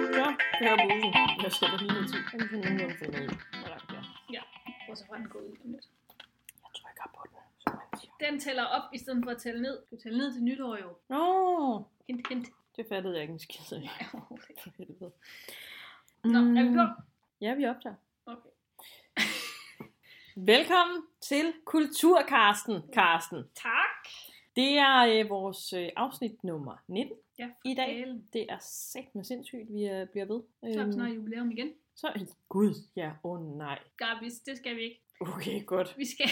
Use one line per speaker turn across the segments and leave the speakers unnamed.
Hør musen. Jeg sætter lige noget tid. Den kan nogenlunde finde ud. Eller, ja.
Bortset fra, at den går ud lige om lidt.
Jeg trykker på den, som man siger.
Den tæller op, i stedet for at tælle ned. Du tæller ned til nytår jo.
Nå,
Hint, hint.
det fattede jeg ikke en skid af.
Ja, okay.
For helvede. Mm.
Nå, er vi på?
Ja, vi optager.
Okay.
Velkommen til Kulturkarsten, Karsten.
Tak.
Det er øh, vores øh, afsnit nummer 19
Ja,
i dag.
Dalen.
Det er sæt med sindssygt, vi øh, bliver ved.
Så er
Øhm,
vi snart jubilæum igen.
så, Gud, ja, åh oh, nej.
Ja, hvis, det skal vi ikke.
Okay, godt.
Vi skal...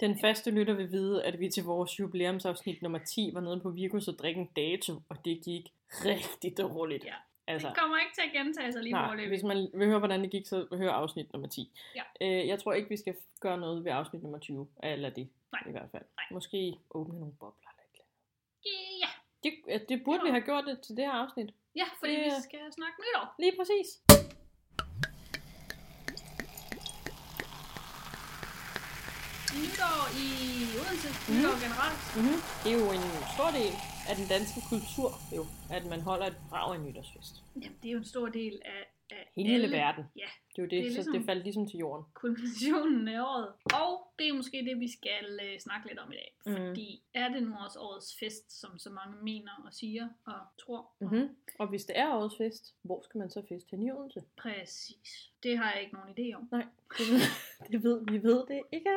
Den faste lytter vil vide, at vi til vores jubilæumsafsnit nummer 10 var nede på Virkus og drikke en dato, og det gik rigtig dårligt.
Ja,
altså,
det kommer ikke til at gentage sig lige
nej,
forløbet.
hvis man vil høre, hvordan det gik, så hør afsnit nummer 10.
Ja.
Øh, jeg tror ikke, vi skal gøre noget ved afsnit nummer 20, eller det
Nej.
i hvert fald.
Nej.
Måske åbne nogle bobler eller et eller
Ja,
andet. Det, øh, det burde
Ja.
vi have gjort det til det her afsnit.
ja fordi
Det-
vi skal snakke nytår.
Lige præcis.
Nytår i Odense.
Mhm.
Nytår generelt.
Mm-hmm. Det er jo en stor del af den danske kultur, jo, at man holder et brag i nytårsfest.
Jamen, det er jo en stor del af, af
Hele
alle
verden.
Ja,
Det er jo det,
Det er
så det
ligesom-
faldt ligesom til jorden.
kulminationen af året. Og det er måske det, vi skal øh, snakke lidt om i dag.
Mhm.
Fordi er det nu også årets fest, som så mange mener og siger og tror? og-
Mm-hmm. Og hvis det er årets fest, hvor skal man så feste hen i Odense?
Præcis. Det har jeg ikke nogen idé om.
Det ved, det ved vi ved det ikke.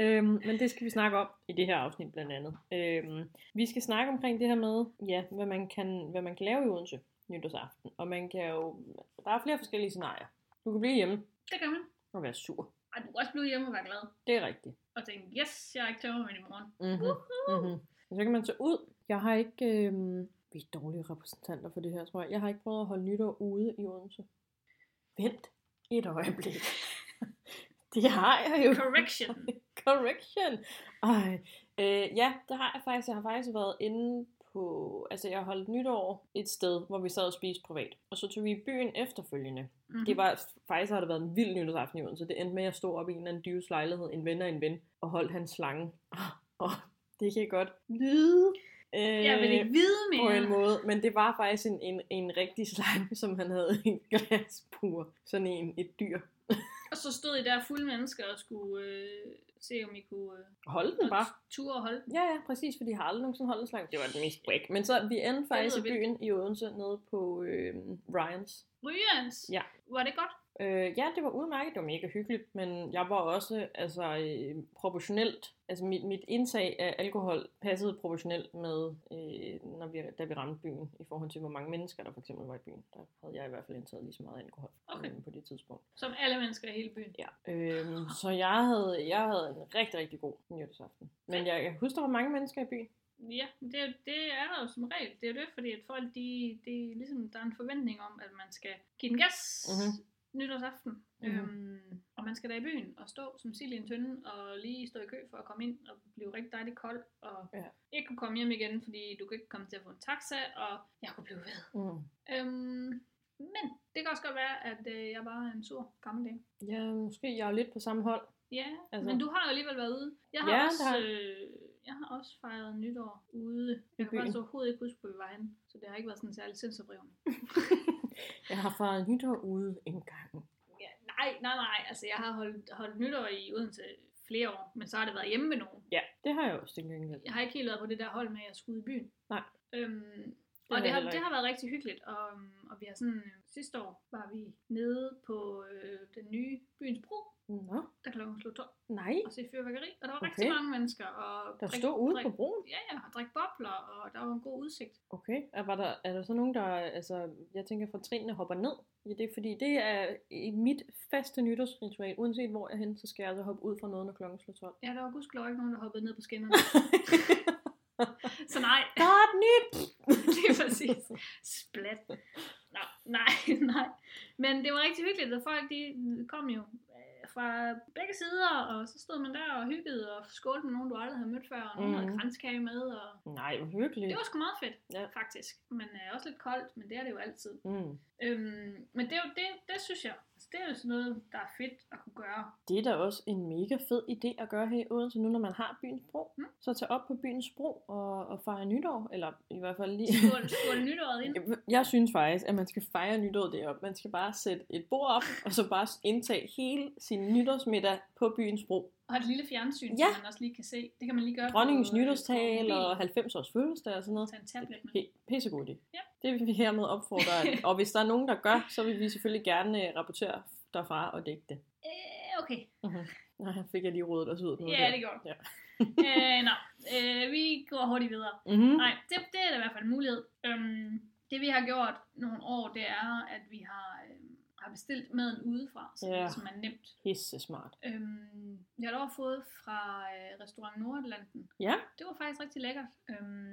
Øhm, men det skal vi snakke om i det her afsnit blandt andet. Øhm, vi skal snakke omkring det her med, ja, hvad man kan, hvad man kan lave i Odense nytårsaften. Og man kan jo, der er flere forskellige scenarier. Du kan blive hjemme
Det kan man.
og være sur.
Ej, du kan også blive hjemme og være glad.
Det er rigtigt.
Og tænke, yes, jeg er ikke tømmermænd i morgen.
Mm-hmm. Mm-hmm. Så kan man så ud. Jeg har ikke, øhm, vi er dårlige repræsentanter for det her, tror jeg. Jeg har ikke prøvet at holde nytår ude i Odense. Vent et øjeblik. det har jeg jo.
Correction.
Correction. Ej. Øh, ja, det har jeg faktisk. Jeg har faktisk været inde på... Altså, jeg holdt nytår et sted, hvor vi sad og spiste privat. Og så tog vi i byen efterfølgende.
Mm-hmm.
Det var, faktisk har det været en vild nytårsaften i Odense. Det endte med, at jeg stod op i en eller anden dyves lejlighed, en ven og en ven, og holdt hans slange. Og det kan godt lyde. Øh,
Jeg vil ikke vide mere.
på en måde, men det var faktisk en, en, en rigtig slange, som han havde i en glasbur. Sådan en, et dyr.
Og så stod I der fulde mennesker og skulle øh, se, om I kunne øh,
Hold den bare.
ture og holde.
Ja, ja, præcis, fordi jeg har aldrig nogensinde holdt en slange. Det var den mest bræk. Men så vi endte faktisk i
lyder vildt.
byen i Odense nede på øh, Ryans.
Ryans.
Ja.
Var det godt?
Øh, ja, det var udmærket, det var mega hyggeligt, men jeg var også altså, øh, proportionelt, altså mit, mit indtag af alkohol passede proportionelt med, øh, når vi, da vi ramte byen, i forhold til hvor mange mennesker der for eksempel var i byen. Der havde jeg i hvert fald indtaget lige så meget alkohol
Okay.
øh, på det tidspunkt.
Som alle mennesker i hele byen.
Ja, øhm, så jeg havde, jeg havde en rigtig, rigtig god nytårsaften. Men jeg, jeg husker, der var mange mennesker i byen.
Ja, det, er jo- det er der jo som regel. Det er jo det, fordi at folk, de, de, ligesom, der er en forventning om, at man skal give den gas
Mhm.
nytårsaften.
Mhm.
Øhm, og man skal da i byen og stå som sild i en tynde og lige stå i kø for at komme ind og blive rigtig dejligt kold og
Ja.
ikke kunne komme hjem igen, fordi du kan ikke komme til at få en taxa, og jeg kunne blive ved.
Mm.
Øhm, men det kan også godt være, at øh, jeg bare er en sur gammel dame.
Ja, måske jeg er lidt på samme hold.
Ja,
Altså-
altså. men du har jo alligevel været ude. Jeg har,
Ja,
ja,
det
også,
har
øh, jeg har også fejret nytår ude. Jeg kan
byen.
faktisk overhovedet ikke huske, hvor vi var henne, så det har ikke været sådan særlig sindsoprivende.
Jeg har fejret nytår ude en gang.
Ja, nej, nej, nej. Altså, jeg har holdt, holdt nytår i Odense flere år, men så har det været hjemme med nogen.
Ja, det har jeg også til gengæld.
Jeg har ikke helt været på det der hold med, at jeg skulle ud i byen.
Nej.
Øhm,
har
og det
jeg
har,
heller
det
ikke.
har været rigtig hyggeligt, og, øhm, og vi har sådan, øh, sidste år var vi nede på øh, den nye byens bro,
Nå,
der klokken slog 12,
nej.
og se fyrværkeri, og der var
Okay.
okay. rigtig mange mennesker. Og
Der
drik-
stod ude
drik-
på broen.
Ja, ja, og drikke bobler, og der var en god udsigt.
Okay, er, var der, er der så nogen, der, altså, jeg tænker, fra trinene hopper ned i det, fordi det er i mit faste nytårsritual, uanset hvor jeg er henne, så skal jeg altså hoppe ud fra noget, når klokken slår 12.
Ja, der var gudskelov ikke nogen, der hoppede ned på skinnerne. Så nej,
Der er et nyt!
lige præcis. Splat. Nå, nej, nej. Men det var rigtig hyggeligt, og folk de kom jo øh, fra begge sider, og så stod man der og hyggede og skålte med nogen, du aldrig havde mødt før, og nogen
Mhm.
mm. havde kranskage med, og
Nej, hvor hyggeligt.
det var sgu meget fedt,
Ja.
ja. faktisk. Men øh, også lidt koldt, men det er det jo altid.
Mm.
Øhm, men det er jo det, det synes jeg Altså, det er jo sådan noget, der er fedt at kunne gøre.
Det er da også en mega fed idé at gøre her i Odense, nu når man har byens bro.
Mm.
Så tag op på byens bro og, og fejre nytår, eller i hvert fald lige...
Skål, skål nytåret ind.
Jeg synes faktisk, at man skal fejre nytår deroppe. Man skal bare sætte et bord op, og så bare indtage hele sin nytårsmiddag på byens bro.
Og et lille fjernsyn, ja.
Ja.
som man også lige kan se. Det kan man lige gøre
Dronningens
på, øh, på
nytårstal
mobilen.
og 90 års fødselsdag og sådan noget.
Tag en tablet med.
P- pissegod idé.
Ja.
Det vil vi hermed opfordre. og hvis der er nogen, der gør, så vil vi selvfølgelig gerne øh, rapportere derfra og dække det.
Øh, okay.
Nå, her fik jeg lige rodet os ud. på noget
Ja,
der.
det går.
Ja.
øh, nå, øh, vi går hurtigt videre.
Mhm.
Nej, det, det er da i hvert fald en mulighed. Øhm, det vi har gjort nogle år, det er, at vi har, øhm, har bestilt maden udefra, som,
Ja.
yeah. som er nemt.
Pisse smart.
Øhm, jeg har dog fået fra øh, restaurant Nordatlanten.
Ja.
Det var faktisk rigtig lækkert. Øhm,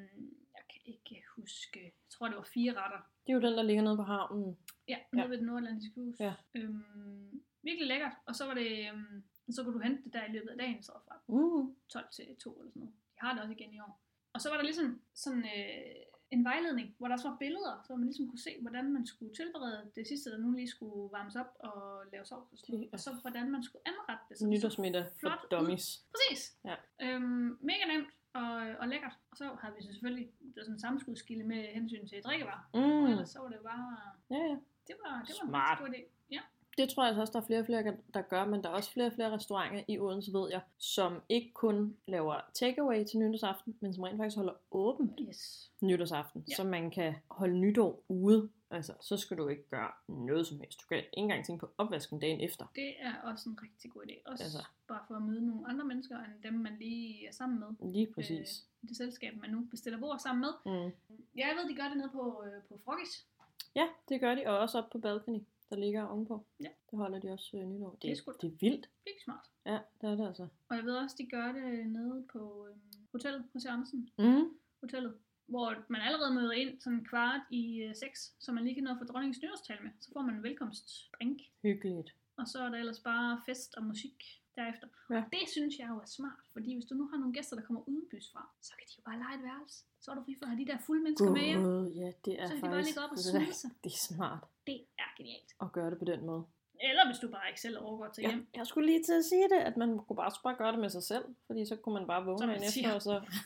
jeg kan ikke huske, jeg tror det var fire retter.
Det er jo den, der ligger nede på havnen.
Ja, nede ved det nordatlantiske hus.
Ja.
Øhm, virkelig lækkert. Og så var det, øhm, så kunne du hente det der i løbet af dagen, så fra
Mm.
12 til 2 eller sådan noget. De har det også igen i år. Og så var der ligesom sådan øh, en vejledning, hvor der også var billeder, så man ligesom kunne se, hvordan man skulle tilberede det sidste, der nu lige skulle varmes op og lave sovs og sådan noget.
Det er
Og så hvordan man skulle anrette det. så det så
Nytårsmiddag for
flot Mm. ud.
dummies.
Præcis.
Ja.
Øhm, mega nemt og, og lækkert. Og så har vi så selvfølgelig det var sådan en sammenskudskilde med hensyn til drikkevarer. Og
Mm.
ellers så var det bare...
Ja, ja.
Det var, det var
Smart.
en rigtig god idé. Ja.
Det tror jeg altså også, der er flere og flere, der gør, men der er også flere og flere restauranter i Odense, ved jeg, som ikke kun laver takeaway til nytårsaften, men som rent faktisk holder åbent
Yes.
nytårsaften,
Ja.
ja. så man kan holde nytår ude. Altså, så skal du ikke gøre noget som helst. Du kan ikke engang tænke på opvasken dagen efter.
Det er også en rigtig god idé. Også altså.
Altså.
bare for at møde nogle andre mennesker, end dem man lige er sammen med.
Lige præcis.
i Det selskab, man nu bestiller bord sammen med.
Mm.
Ja, jeg ved, de gør det nede på, øh, på Frogis.
Ja, det gør de, og også op på balcony, der ligger ovenpå.
Ja.
Det holder de også øh, nytår. Det,
Det er sgu da-
det er vildt.
Virkelig smart.
Ja, det er det altså.
Og jeg ved også, de gør det nede på øh, hotellet hos Andersen.
Mm.
Hotellet. Hvor man allerede møder ind sådan kvart i øh, 6, så man lige kan nå at få dronningens nyårstal med. Så får man en velkomstdrink.
Hyggeligt.
Og så er der ellers bare fest og musik derefter.
Ja.
Og det synes jeg jo er smart, fordi hvis du nu har nogle gæster, der kommer udenbys fra, så kan de jo bare lege et værelse. Så er du fri for at have de der fulde mennesker med hjem.
God, ja, det er
Så kan de bare
faktisk
ligge op og snyde sig.
rigtig smart
Det er genialt.
at gøre det på den måde.
Eller hvis du bare ikke selv overgår til hjem.
Jeg, jeg skulle lige til at sige det, at man kunne bare, skulle bare gøre det med sig selv, fordi så kunne man bare vågne
Som man
dagen efter,
siger.
og så...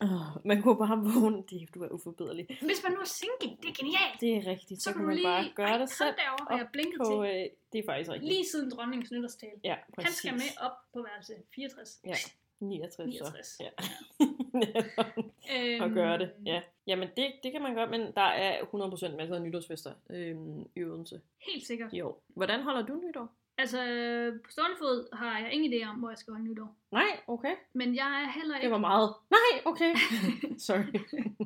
Åh, man kunne bare vågne, det, du er uforbederlig.
Hvis man nu er single, det er genialt.
Det er rigtigt, så, så kan man bare gøre
Ej,
det
ham
selv.
derovre har
op
jeg blinket
På,
til.
øh, det er faktisk rigtigt.
Lige siden dronningens nytårstale.
Ja, præcis.
Han skal med op på værelse 64.
Ja, 69, 69.
69.
så. Ja.
Øhm,
og gøre det, ja. Jamen, det, det kan man godt, men der er 100% masser af nytårsfester øhm, i Odense
Helt sikkert.
i år. Hvordan holder du nytår?
Altså, øh, på stående fod har jeg ingen idé om, hvor jeg skal holde nytår.
Nej, okay.
Men jeg er heller
Det
ikke,
var meget. Nej, okay. Sorry.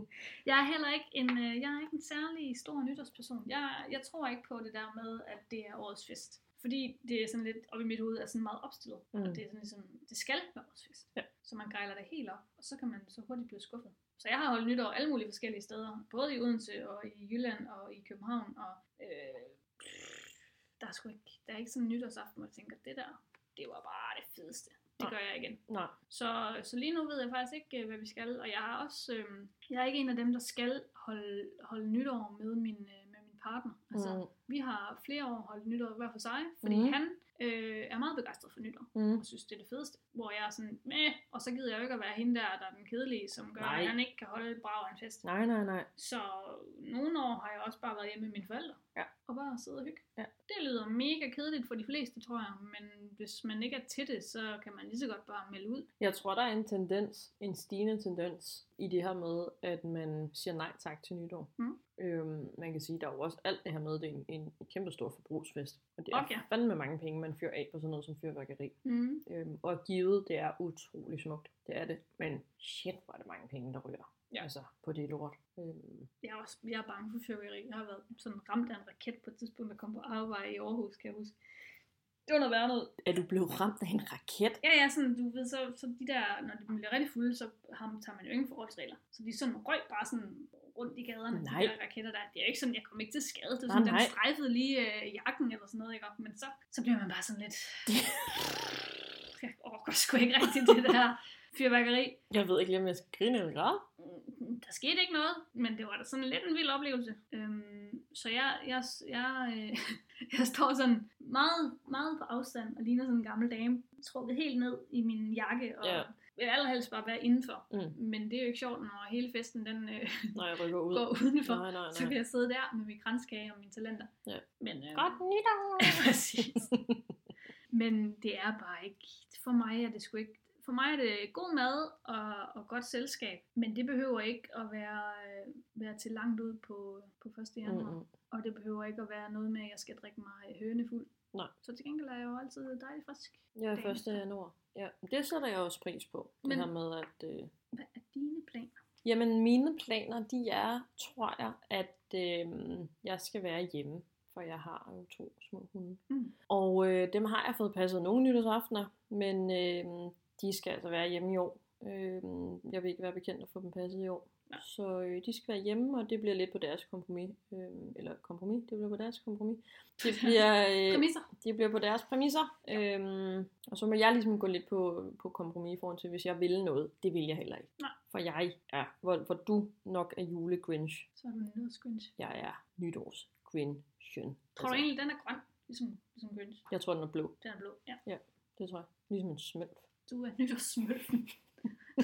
jeg er heller ikke en, øh, jeg er ikke en særlig stor nytårsperson. Jeg, jeg tror ikke på det der med, at det er årets fest. Fordi det er sådan lidt, op i mit hoved er sådan meget opstillet. Mm. Og
Mm.
det er sådan ligesom, det skal være årets fest.
Ja.
Så man gejler det helt op, og så kan man så hurtigt blive skuffet. Så jeg har holdt nytår alle mulige forskellige steder. Både i Odense og i Jylland og i København. Og øh, der er sgu ikke, der er ikke sådan en nytårsaften, hvor jeg tænker, det der, det var bare det fedeste. Det
Nej.
gør jeg igen.
Nej.
Så, så lige nu ved jeg faktisk ikke, øh, hvad vi skal, og jeg er også, øh, jeg er ikke en af dem, der skal holde, holde nytår med min, øh, med min partner. Altså, mm.
Mm.
vi har flere år holdt nytår hver for sig, fordi mm.
Mhm.
han øh, er meget begejstret for nytår,
Mm.
og synes, det er det fedeste. Hvor jeg er sådan, Mæh, og så gider jeg jo ikke at være hende der, der er den kedelige, som gør, Nej.
Nej.
at han ikke kan holde et brag af en fest.
Nej, nej, nej.
Så nogle år har jeg også bare været hjemme med mine forældre,
Ja.
og bare sidde og hygge.
Ja.
Det lyder mega kedeligt for de fleste, tror jeg, men hvis man ikke er til det, så kan man lige så godt bare melde ud.
Jeg tror, der er en tendens, en stigende tendens i det her med, at man siger nej tak til nytår.
Mm.
Øhm, man kan sige, der er jo også alt det her med, det er en, en kæmpe stor forbrugsfest. Og det er
Fuck ja.
fandme mange penge, man fyrer af på sådan noget som fyrværkeri.
Mm.
Øhm, og givet, det er utrolig smukt. Det er det. Men shit, hvor er det mange penge, der ryger.
Ja.
Altså, på det lort. Øhm,
Jeg er, også, jeg er bange for fyrværkeri. Jeg har været sådan ramt af en raket på et tidspunkt, der kom på arbejde i Aarhus, kan jeg huske. Det var noget værre noget.
er du blevet ramt af en raket?
Ja, ja, sådan, du ved, så, så de der, når de bliver rigtig fulde, så ham, tager man jo ingen forholdsregler. Så de sådan røg bare sådan rundt i gaderne,
Nej.
de der raketter der. Det er jo ikke sådan, jeg kom ikke til skade. Det var
Nej,
sådan, den
nej.
strejfede lige øh, jakken eller sådan noget, ikke? Og- Men så, så bliver man bare sådan lidt... jeg overgår sgu ikke rigtigt det der fyrværkeri.
Jeg ved ikke lige, om jeg skal grine eller græde.
Mm, der skete ikke noget, men det var da sådan lidt en vild oplevelse. Øhm, Så jeg, jeg, jeg, øh, jeg står sådan meget, meget på afstand og ligner sådan en gammel dame, trukket helt ned i min jakke og
Ja.
vil allerhelst bare være indenfor.
Mm.
Men det er jo ikke sjovt, når hele festen den øh,
Når jeg rykker ud.
går udenfor.
Nej, nej,
Så kan
nej.
jeg sidde der med min kranskage og mine talenter.
Ja.
Men, øh,
Godt nytår!
Præcis. Men det er bare ikke, for mig er det sgu ikke, for mig er det god mad og, og godt selskab, men det behøver ikke at være, øh, være til langt ud på, på 1. januar,
Mm, mm.
og det behøver ikke at være noget med, at jeg skal drikke mig øh, hønefuld.
Nej.
Så til gengæld er jeg jo altid dejlig frisk.
Ja,
Dagen
1. januar. Ja, det sætter jeg også pris på. Det
Men-
her med, at... Øh,
Hvad er dine planer?
Jamen mine planer, de er, tror jeg, at øh, jeg skal være hjemme, for jeg har jo to små hunde.
Mm.
Og øh, dem har jeg fået passet nogle nytårsaftener, men øh, de skal altså være hjemme i år. Øh, jeg vil ikke være bekendt at få dem passet i år.
Nej.
Så øh, de skal være hjemme, og det bliver lidt på deres kompromis. Øh, eller kompromis, det bliver på deres kompromis. Det bliver, øh,
Præmisser?
det bliver på deres præmisser. Øhm, og så må jeg ligesom gå lidt på, på kompromis i forhold til, hvis jeg vil noget. Det vil jeg heller ikke.
Nej.
For jeg er, hvor, hvor du nok er julegrinch.
Så er du en nødskringe.
Jeg er nytårs grinchen.
Tror du egentlig, den er grøn? Ligesom, ligesom grinch.
Altså, Jeg tror, den er blå.
Den er blå, ja.
Det tror jeg. Ligesom en smølf.
Du er nytårssmølfen.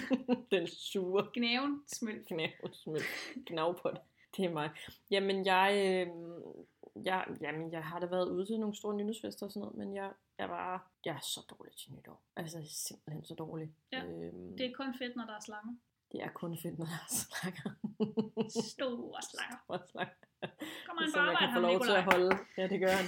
den sure
Gnaven smølf.
knavsmølf. Knav på det. Det er mig. Jamen, jeg, øh, jeg, jamen, jeg har da været ude til nogle store nytårsfester og sådan noget, men jeg, jeg, var, jeg er så dårlig til nytår. Altså, jeg er simpelthen så dårlig.
Ja,
øhm,
Det er kun fedt, når der er slanger.
Det er kun fedt, når der er slanger.
Store slanger.
Hvor slanger.
Kom man
Så
bare
jeg
arbejde
kan få
ham,
lov til
Nicolaj.
at holde. Ja, det gør han.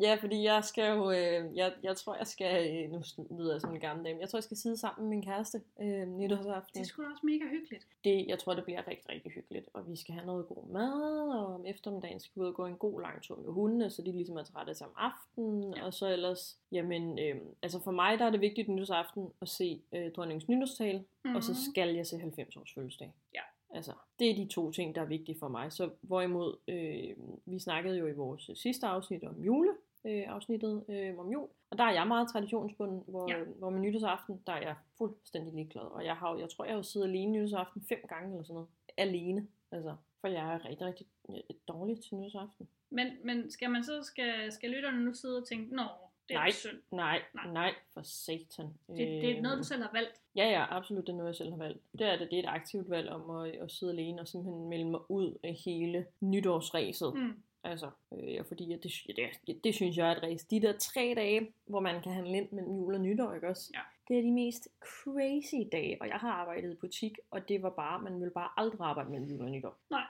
Ja, fordi jeg skal jo, øh, jeg, jeg tror, jeg skal, øh, nu lyder jeg som en gammel dame, jeg tror, jeg skal sidde sammen med min kæreste øh,
Det
nytårsaften.
er sgu da også mega hyggeligt.
Det, jeg tror, det bliver rigtig, rigtig hyggeligt, og vi skal have noget god mad, og om eftermiddagen skal vi ud og gå en god lang tur med hundene, så de ligesom er trætte sammen aftenen,
Ja.
ja. og så ellers, jamen, øh, altså for mig, der er det vigtigt nytårsaften at se øh, dronningens nytårstale,
Mm.
og så skal jeg se 90 års fødselsdag.
Ja.
Altså, det er de to ting, der er vigtige for mig. Så hvorimod, øh, vi snakkede jo i vores sidste afsnit om jule, øh, afsnittet øh, om jul, og der er jeg meget traditionsbunden, hvor,
Ja.
ja. hvor med nytårsaften, der er jeg fuldstændig ligeglad, og jeg har jo- jeg tror, jeg har jo siddet alene nytårsaften fem gange eller sådan noget, alene, altså, for jeg er rigtig, rigtig øh, dårlig til nytårsaften.
Men, men skal man så, skal, skal lytterne nu sidde og tænke, nå, det er
Nej.
da synd.
Nej,
Nej. Øh.
nej, nej for satan.
Det, det er noget,
Øhm,
du selv har valgt.
Ja, ja, absolut. Det er noget, jeg selv har valgt. Det er det. Det er et aktivt valg om at, at sidde alene og simpelthen melde mig ud af hele nytårsræset. Mm.
Mm.
Altså, øh, fordi at det, det, det synes jeg er et race. De der tre dage, hvor man kan handle ind mellem jul og nytår, ikke også?
Ja.
Det er de mest crazy dage, og jeg har arbejdet i butik, og det var bare, man ville bare aldrig arbejde mellem jul og nytår.
Nej.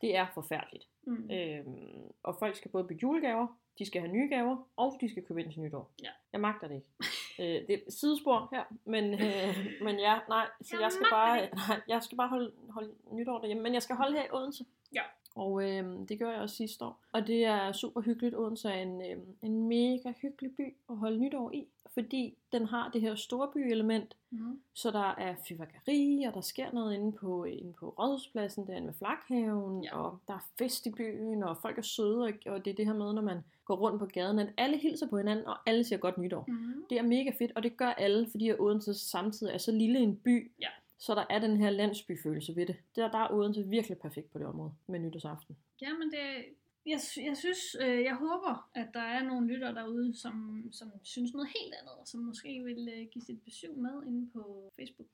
Det er forfærdeligt.
Mm.
Øhm, og folk skal både bygge julegaver, de skal have nye gaver, og de skal købe ind til nytår.
Ja.
Jeg magter det ikke. øh, det er et sidespor her, men, øh, men ja, nej, så
Jeg
jeg, skal
magter
bare,
det
nej, jeg skal bare holde, holde nytår derhjemme, men jeg skal holde her i Odense.
Ja.
Og øh, det gjorde jeg også sidste år. Og det er super hyggeligt. Odense er en, øh, en mega hyggelig by at holde nytår i, fordi den har det her storbyelement,
Mm.
så der er fyrværkeri, og der sker noget inde på, inde på Rådhuspladsen, derinde ved Flakhaven,
Ja.
ja. og der er fest i byen, og folk er søde, og, og det er det her med, når man går rundt på gaden, at alle hilser på hinanden, og alle siger godt nytår. Mm.
Mm.
Det er mega fedt, og det gør alle, fordi at Odense samtidig er så lille en by,
Ja.
så der er den her landsbyfølelse ved det. Der, der er Odense virkelig perfekt på det område med nytårsaften.
Jamen, det, jeg, sy- jeg synes, øh, jeg håber, at der er nogle lytter derude, som, som synes noget helt andet, og som måske vil øh, give sit besøg med inde på Facebook.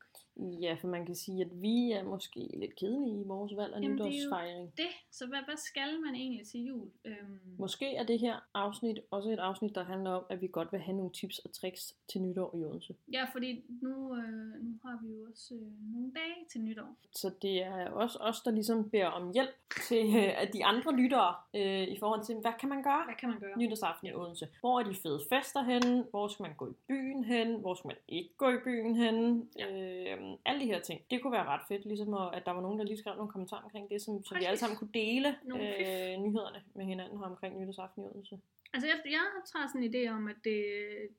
Ja, for man kan sige, at vi er måske lidt kedelige i vores valg af
Jamen, det er jo-
nytårsfejring.
Det, så hvad, hvad skal man egentlig til jul? Øhm,
Måske er det her afsnit også et afsnit, der handler om, at vi godt vil have nogle tips og tricks til nytår i Odense.
Ja, fordi nu, øh, nu har vi jo også øh, nogle dage til nytår.
Så det er også os, der ligesom beder om hjælp til øh, at de andre lyttere øh, i forhold til, hvad kan man gøre
Hvad kan man gøre?
nytårsaften i Odense? Hvor er de fede fester henne? Hvor skal man gå i byen hen? Hvor skal man ikke gå i byen hen?
Ja.
Øh, alle de her ting. Det kunne være ret fedt, ligesom at, at der var nogen, der lige skrev nogle kommentarer omkring det, som, som vi
Præcis.
alle sammen kunne dele
Nogle fif.
øh, nyhederne med hinanden her omkring nytårsaften i Odense.
Altså, jeg, jeg har sådan en idé om, at det,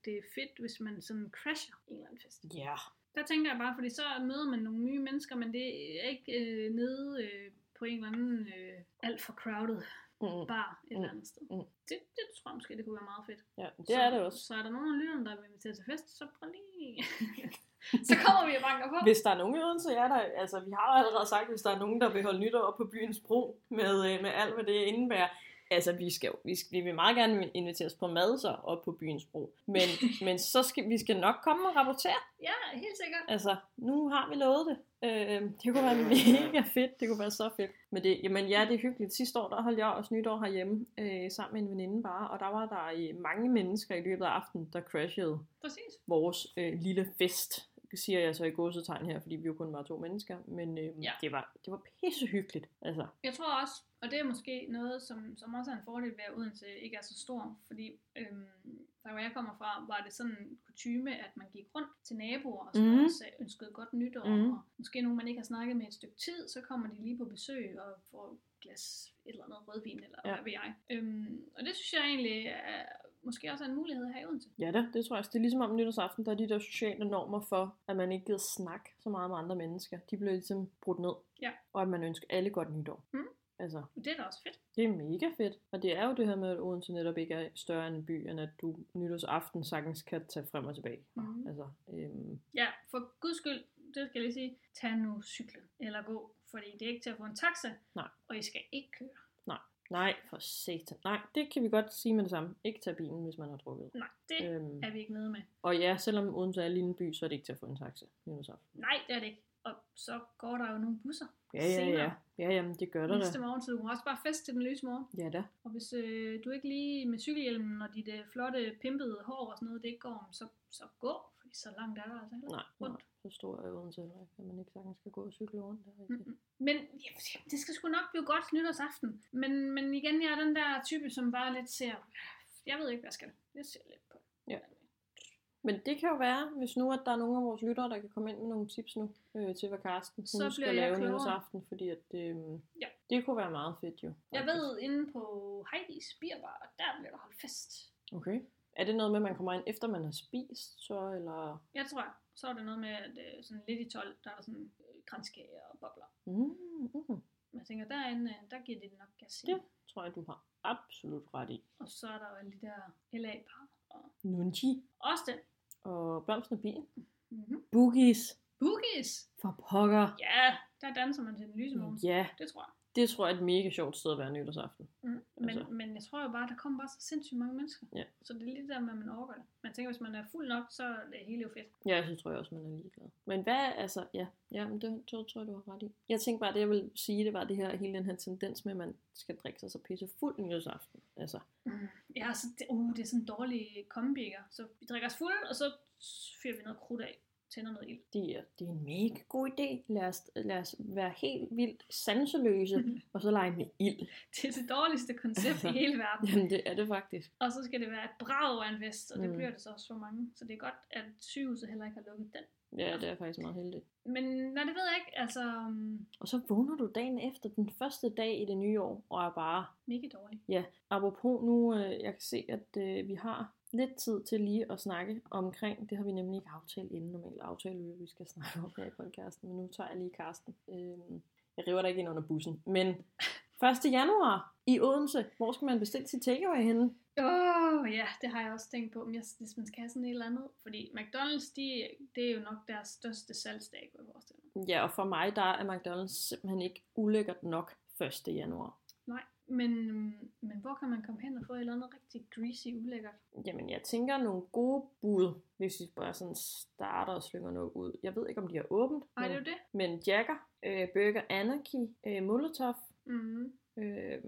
det er fedt, hvis man sådan crasher en eller anden fest.
Ja. Yeah.
Der tænker jeg bare, fordi så møder man nogle nye mennesker, men det er ikke øh, nede øh, på en eller anden øh, alt for crowded
Mm.
bar et
Mm.
eller andet sted.
Mm.
Det, det tror jeg måske, det kunne være meget fedt.
ja, det er det også.
Så er der nogen af lytterne, der vil invitere til fest, så prøv lige... så kommer vi og banker på.
Hvis der er nogen i Odense, ja, der, altså vi har jo allerede sagt, hvis der er nogen, der vil holde nytår op på byens bro med, øh, med alt, hvad det indebærer, Altså, vi, skal, jo- vi, skal, vi vil meget gerne inviteres på mad så, og på byens bro. Men, men så skal, vi skal nok komme og rapportere.
Ja, helt sikkert.
Altså, nu har vi lovet det. Øh, det kunne være mega fedt. Det kunne være så fedt. Men det, jamen ja, det er hyggeligt. Sidste år, der holdt jeg også nytår herhjemme øh, sammen med en veninde bare. Og der var der øh, mange mennesker i løbet af aftenen, der crashede
Præcis.
vores øh, lille fest, siger jeg så i godsetegn her, fordi vi jo kun var to mennesker, men øh,
Ja.
ja. det, var, det var pissehyggeligt, altså.
Jeg tror også, og det er måske noget, som, som også er en fordel ved, at Odense ikke er så stor, fordi øhm, der hvor jeg kommer fra, var det sådan en kutyme, at man gik rundt til naboer og sådan
Mhm.
noget, så ønskede godt nytår,
Mhm.
og måske nogen, man ikke har snakket med et stykke tid, så kommer de lige på besøg og får et glas et eller andet rødvin, eller
Ja.
hvad ved jeg. Øhm, og det synes jeg egentlig er, måske også er en mulighed her i Odense.
Ja da, det tror jeg også. Det er ligesom om nytårsaften, der er de der sociale normer for, at man ikke gider snakke så meget med andre mennesker. De bliver ligesom brudt ned.
Ja.
Og at man ønsker alle godt nytår.
Mm.
Altså,
Og det er da også fedt.
det er mega fedt. Og det er jo det her med, at Odense netop ikke er større end en by, end at du nytårsaften sagtens kan tage frem og tilbage.
Mhm.
Altså, øhm,
Ja, for guds skyld, det skal jeg lige sige, tag nu cyklen, eller gå, fordi det er ikke til at få en taxa,
Nej.
og I skal ikke køre.
nej, for satan. Nej, det kan vi godt sige med det samme. Ikke tage bilen, hvis man har drukket.
Nej, det
Øhm.
er vi ikke nede med.
Og ja, selvom Odense er en lille by, så er det ikke til at få en taxa nytårsaften.
Nej, det er det ikke. Og så går der jo nogle busser.
Ja, ja, ja.
Senere.
Ja, jamen, det gør der
Næste
da.
morgen, så du må også bare fest til den lyse morgen.
Ja da.
Og hvis øh, du ikke lige med cykelhjelmen og dit øh, flotte pimpede hår og sådan noget, det ikke går, så, så gå, fordi så langt er der altså heller. ikke.
Nej, nej.
Rundt.
Så stor er Odense heller ikke, at man ikke sagtens skal gå og cykle rundt. Der, mm.
Mm-mm. Men ja, det skal sgu nok blive godt nytårsaften. Men, men igen, jeg er den der type, som bare lidt ser, jeg ved ikke, hvad jeg skal. Jeg ser lidt på.
Ja. Men det kan jo være, hvis nu at der er nogle af vores lyttere, der kan komme ind med nogle tips nu øh, til, hvad Karsten hun
Så bliver
skal
jeg
lave
klogere.
nytårsaften, fordi at, øh,
Ja.
det kunne være meget fedt jo.
Jeg
faktisk.
ved, inde på Heidi's Bierbar, der bliver der holdt fest.
Okay. Er det noget med, at man kommer ind efter man har spist, så eller...
Jeg tror, så er det noget med, at øh, sådan lidt i 12, der er der sådan øh, kranskager og bobler.
Mm, mm,
Men jeg tænker, derinde, øh, der giver det nok gas i.
Ja. tror jeg, du har absolut ret i.
Og så er der jo alle de der LA-par. Og
Nunchi
også den.
og Blomsten og Bien. Mhm.
Mm-hmm.
Boogies
Boogies!
for pokker.
Ja, der danser man til den lyse morgen.
Mm. Ja,
Det tror jeg.
det tror jeg er et mega sjovt sted at være nytårsaften.
Mm. Men,
Altså.
men jeg tror jo bare, der kommer bare så sindssygt mange mennesker.
Ja.
Så det er lidt der med, at man overgår det. Man tænker, hvis man er fuld nok, så er det hele jo fedt.
Ja, så tror jeg også, man er ligeglad. Men hvad, altså, ja, ja men det tror, tror jeg, du har ret i. Jeg tænkte bare, det jeg ville sige, det var det her, hele den her tendens med, at man skal drikke sig så pisse fuld nytårsaften. Altså,
Mm. Ja, så det, uh, det er sådan en dårlig kombiker. Så vi drikker os fulde, og så fyrer vi noget krudt af. Tænder noget ild.
det er, det er en mega god idé. Lad os, lad os være helt vildt sanseløse, og så lege med ild.
Det er det dårligste koncept i
Altså.
hele verden.
Jamen, det er det faktisk.
Og så skal det være et brag af en fest, og det
Mm.
bliver det så også for mange. Så det er godt, at sygehuset heller ikke har lukket den.
Ja, det er faktisk meget heldigt.
Men nej, det ved jeg ikke. Altså, mm,
Og så vågner du dagen efter, den første dag i det nye år, og er bare
mega dårligt.
Apropos nu, øh, jeg kan se, at øh, vi har lidt tid til lige at snakke omkring. Det har vi nemlig ikke aftalt inden normalt aftale, vi, vi skal snakke om her i podcasten. Men nu tager jeg lige Karsten. Øh, jeg river dig ikke ind under bussen. Men 1. januar i Odense, hvor skal man bestille sit takeaway henne?
Åh, oh, ja, det har jeg også tænkt på. Men jeg, hvis man skal have sådan et eller andet. Fordi McDonald's, de, det er jo nok deres største salgsdag, kunne jeg forestille mig.
Ja, og for mig, der er McDonald's simpelthen ikke ulækkert nok 1. januar.
Nej, men, mm, men hvor kan man komme hen og få et eller andet rigtig greasy ulækkert?
Jamen, jeg tænker nogle gode bud, hvis vi bare sådan starter og slynger noget ud. Jeg ved ikke, om de er åbent,
Ej, det er
men,
jo det.
men Jacker, øh, Burger Anarchy, øh, Molotov,
Mm.
Øh,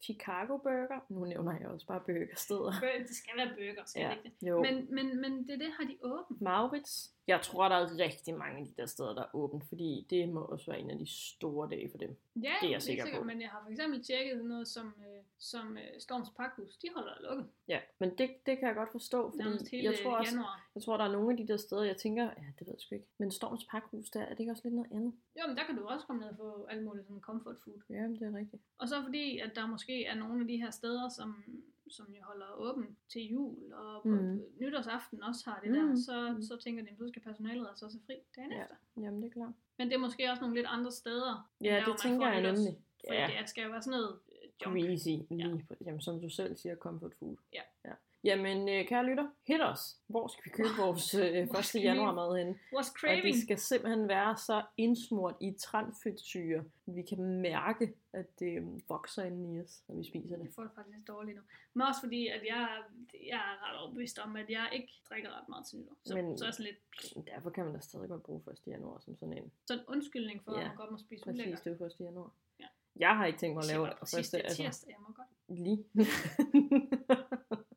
Chicago Burger. Nu nævner jeg også bare burgersteder.
Det skal være burger, skal ja.
Ja.
det ikke det?
Jo. Men...
Men, men, men det, det har de åbent.
Maurits. Jeg tror, der er rigtig mange af de der steder, der er åbent, fordi det må også være en af de store dage for dem.
Ja,
Det er jeg
helt
sikker på.
Men jeg har for eksempel tjekket sådan noget som, øh, som øh, Storms Pakhus. De holder lukket
Ja, men det, det kan jeg godt forstå,
nærmest
fordi
hele øh,
jeg tror, også,
januar.
jeg tror, der er nogle af de der steder, jeg tænker, ja, det ved jeg sgu ikke. Men Storms Pakhus, der er det ikke også lidt noget andet?
Jo, men der kan du også komme ned og få alt muligt sådan comfort food.
Ja, men det er rigtigt.
Og så fordi, at der måske er nogle af de her steder, som, som jo holder åben til jul, og på mm.
Mhm.
nytårsaften også har det mm.
Mhm.
der, så, så tænker de, at så skal personalet altså også fri dagen ja.
Ja.
efter.
Jamen, det er klart.
Men det er måske også nogle lidt andre steder. end
Ja,
der, hvor
det
man
tænker
får
jeg
nytårs-
nemlig.
Fordi ja. det skal jo være sådan noget øh, junk.
Greasy,
Ja.
lige ja. på, jamen, som du selv siger, comfort food.
Ja.
ja. Jamen, øh, kære lytter, hit os. Hvor skal vi købe vores øh, 1.
skal vi-
januar mad henne?
Vores
Og
craving.
det skal simpelthen være så indsmurt i transfedtsyre, at vi kan mærke, at det øh, vokser inden i os, når vi spiser det.
Jeg får det faktisk lidt dårligt nu. Men også fordi, at jeg, jeg er ret overbevist om, at jeg ikke drikker ret meget til nytår. Så,
Men-
Men... så er jeg sådan lidt
Men Derfor kan man da stadig godt bruge 1. januar som sådan en.
sådan en undskyldning for,
Ja,
at man godt må spise
Præcis,
ulækkert.
det er jo 1. januar.
Ja.
Jeg har ikke tænkt mig
Jeg
at
siger
lave
bare
det
præcis,
første,
det er
altså
tirsdag, jeg må godt.
lige.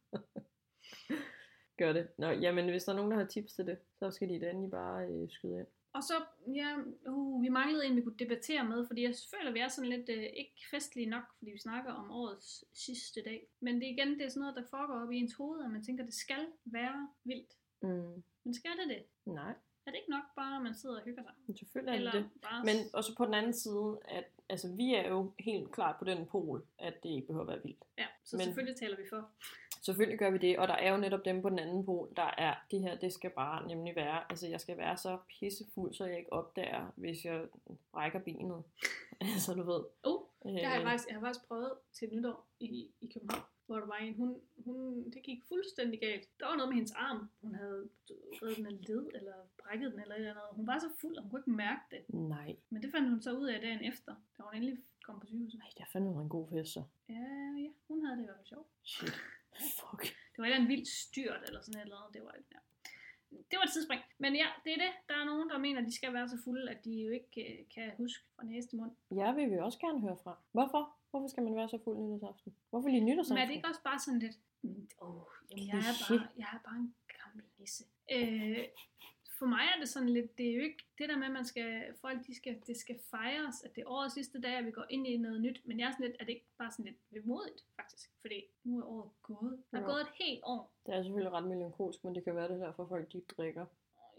Gør det. Nå, jamen hvis der er nogen, der har tips til det, så skal de da endelig bare øh, skyde ind.
Og så, ja, uh, vi manglede en, vi kunne debattere med, fordi jeg føler, vi er sådan lidt øh, ikke festlige nok, fordi vi snakker om årets sidste dag. Men det er igen, det er sådan noget, der foregår op i ens hoved, og man tænker, det skal være vildt.
Mm.
Men skal det det?
Nej,
Er det ikke nok bare, at man sidder og hygger sig?
men selvfølgelig er det
Eller
det.
bare...
Men også på den anden side, at altså, vi er jo helt klart på den pol, at det ikke behøver at være vildt.
Ja, så
men-
men... selvfølgelig taler vi for.
Selvfølgelig gør vi det, og der er jo netop dem på den anden pol, der er, det her, det skal bare nemlig være, altså jeg skal være så pissefuld, så jeg ikke opdager, hvis jeg brækker benet. altså du ved.
Uh, Det har jeg
øh,
faktisk, jeg har faktisk prøvet til nytår i, i København, hvor der var en, hun, hun, det gik fuldstændig galt. Der var noget med hendes arm, hun havde reddet den af led, eller brækket den, eller et eller andet. Hun var så fuld, og hun kunne ikke mærke det.
Nej,
Men det fandt hun så ud af dagen efter, da hun endelig kom på sygehuset.
Ej, det har fandme været en god fest så.
Ja, ja, hun havde det i hvert fald sjovt.
Shit. Fuck.
Det var en eller anden vild styrt, eller sådan et eller andet. Det var, ja. det var et tidsspring. Men ja, det er det. Der er nogen, der mener, at de skal være så fulde, at de jo ikke øh, kan huske fra næste mund.
Ja, vil vi også gerne høre fra. Hvorfor? Hvorfor skal man være så fuld nytårsaften? Hvorfor lige nytårsaften?
Men er det ikke også bare sådan lidt, åh, oh, jamen, jeg, er bare, jeg er bare en gammel nisse. Øh, for mig er det sådan lidt, det er jo ikke det der med, at man skal, folk de skal, det skal fejres, at det er årets sidste dag, at vi går ind i noget nyt. Men jeg er sådan lidt, er det ikke bare sådan lidt vemodigt, faktisk? Fordi nu er året gået. Der er
Ja.
gået et helt år.
det er selvfølgelig ret melankolsk, men det kan være det der, for folk de drikker.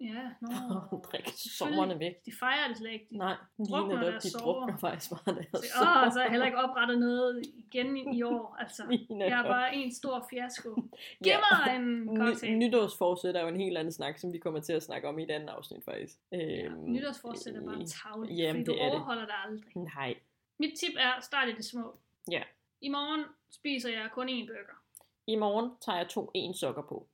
Ja, nå.
Og drikker sommerne væk.
De fejrer det slet ikke. De,
Nej, lige
drukner
netop,
deres
de
sorger.
drukner faktisk bare
Så,
deres
åh, så har jeg heller ikke oprettet noget igen i- i år. Altså,
Lige
jeg er
netop.
bare en stor fiasko. Giv
Ja.
mig en cocktail.
Ny- nytårsforsæt er jo en helt anden snak, som vi kommer til at snakke om i et andet afsnit faktisk.
Ja,
Øhm,
nytårsforsæt er bare
øh,
tavligt,
jamen,
fordi du
det er det.
overholder det. dig aldrig.
Nej.
Mit tip er, start i det små.
Ja.
I morgen spiser jeg kun én burger.
I morgen tager jeg to en sokker på.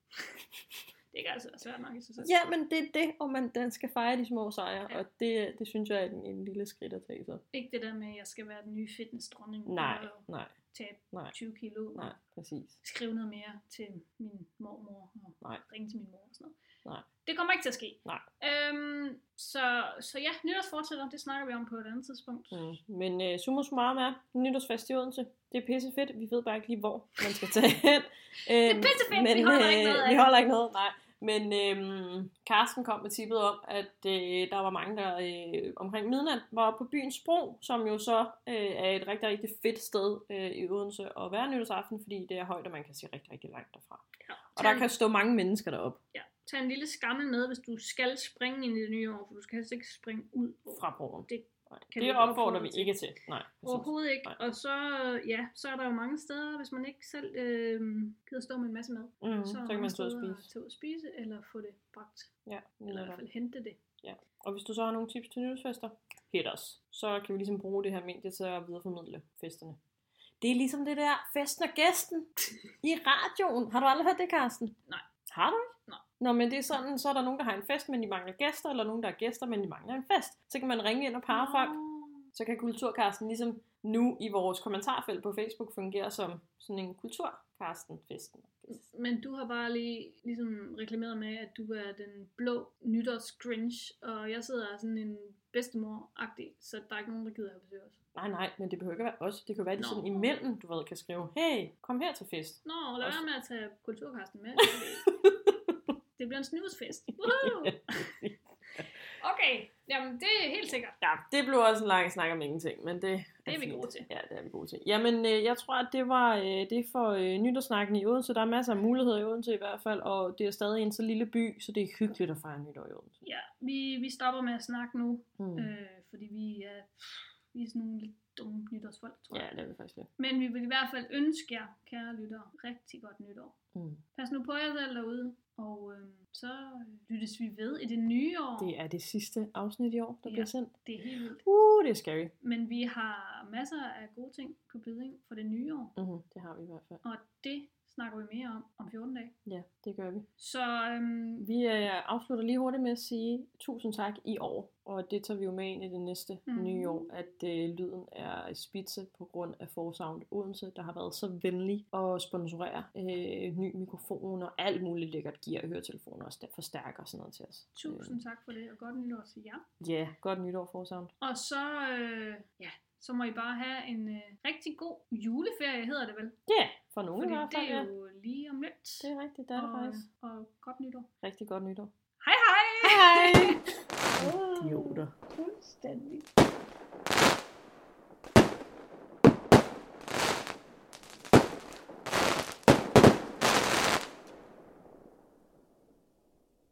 Det kan altså være svært nok i sig selv.
Ja, men det er det, og man den skal fejre de små sejre,
Ja.
og det, det synes jeg er en, en lille skridt at tage så.
Ikke det der med, at jeg skal være den nye fitnessdronning.
Nej,
og
nej,
Tabe
Nej.
20 kilo.
nej, præcis.
Skrive noget mere til min mormor. Og
Nej.
Ringe til min mor og sådan noget.
Nej.
Det kommer ikke til at ske.
Nej.
Øhm, så, så ja, nytårsfortsætter, det snakker vi om på et andet tidspunkt.
Mm. Men uh, summa summarum er, nytårsfest i Odense, det er pissefedt, vi ved bare ikke lige, hvor man skal tage hen. det
er pissefedt, vi holder ikke noget af
Vi
det.
holder ikke noget, nej. Men øhm, Carsten kom med tippet om, at øh, der var mange, der øh, omkring midnat var oppe på byens bro, som jo så øh, er et rigtig, rigtig fedt sted øh, i Odense at være nytårsaften, fordi det er højt, og man kan se rigtig, rigtig langt derfra.
Ja.
Og
Tag
der
en-
kan stå mange mennesker deroppe
ja, tag en lille skammel med, hvis du skal springe ind i det nye år, for du skal helst ikke springe ud over.
fra broen.
Det
Nej,
kan
det
vi
opfordrer
opfordre
vi
til.
ikke til. Nej, præcis.
Overhovedet ikke.
Nej.
Nej. Og så, øh, ja, så er der jo mange steder, hvis man ikke selv øh, gider stå med en masse mad,
Mm,
så, er
så
der
kan
mange
man stå og
steder at
spise.
tage ud at spise, eller få det bragt,
Ja,
eller i
netop.
hvert fald hente det.
Og hvis du så har nogle tips til nytårsfester, hit os. Så kan vi ligesom bruge det her medie til at videreformidle festerne. Det er ligesom det der festen og gæsten i radioen. Har du aldrig hørt det, Carsten?
Nej.
Har du ikke?
Nej.
Nå, men det er sådan, så er der nogen, der har en fest, men de mangler gæster, eller nogen, der har gæster, men de mangler en fest. Så kan man ringe ind og parre folk. Så kan Kulturkarsten ligesom nu i vores kommentarfelt på Facebook fungere som sådan en Kulturkarsten-festen.
Men du har bare lige ligesom reklameret med, at du er den blå nytårs cringe, og jeg sidder sådan en bedstemor-agtig, så der er ikke nogen, der gider at besøge os.
Nej, nej, men det behøver ikke at være os. Det kan jo være, at de
Nå.
sådan imellem, du ved, kan skrive, hey, kom her til fest.
Nå, lad
Også-
være med at tage kulturkasten med. det bliver en snusfest. Woohoo! Okay, jamen det er helt sikkert.
Ja, det blev også en lang snak om ingenting, men det,
Det er vi
fint.
gode til.
Ja, det er vi gode til. Jamen, øh, jeg tror, at det var øh, det for øh, nytårssnakken i Odense. Der er masser af muligheder i Odense i hvert fald, og det er stadig en så lille by, så det er hyggeligt at fejre nytår i Odense.
Ja, vi, vi stopper med at snakke nu.
Mm. Øh,
Øh, fordi vi er, vi er sådan nogle lidt dumme nytårsfolk, tror
ja,
jeg.
det er vi faktisk det.
Men vi vil i hvert fald ønske jer, kære lyttere, rigtig godt nytår.
Mm.
Pas nu på jer selv derude, og øh, så lyttes vi ved i det nye år.
Det er det sidste afsnit i år, der ja.
Ja.
bliver sendt.
det er helt vildt.
Uh, det er scary.
Men vi har masser af gode ting på beding for det nye år,
Mm-hmm. Det har Mhm, vi i hvert fald.
og det snakker vi mere om om 14 dage.
Ja, det gør vi.
Så øhm,
Vi øh, afslutter lige hurtigt med at sige tusind tak i år, og det tager vi jo med ind i det næste
Mhm.
mm. nye år, at øh, lyden er spidse på grund af Forsound Odense, der har været så venlig at sponsorere øh, ny mikrofon og alt muligt lækkert gear, høretelefoner og sta- forstærker og sådan noget til os.
tusind tak for det, og godt nytår til jer.
Øh, Ja, øh, godt nytår Forsound.
Og så, øh, ja, så må I bare have en øh, rigtig god juleferie, hedder det vel?
Ja, for nogle i
Fordi
hvert fald,
det
ja.
er jo lige om lidt.
Det er rigtigt, der er det
og,
faktisk.
og godt nytår.
Rigtig godt nytår.
Hej hej!
Hej!
Åh,
Idioter.
Fuldstændig.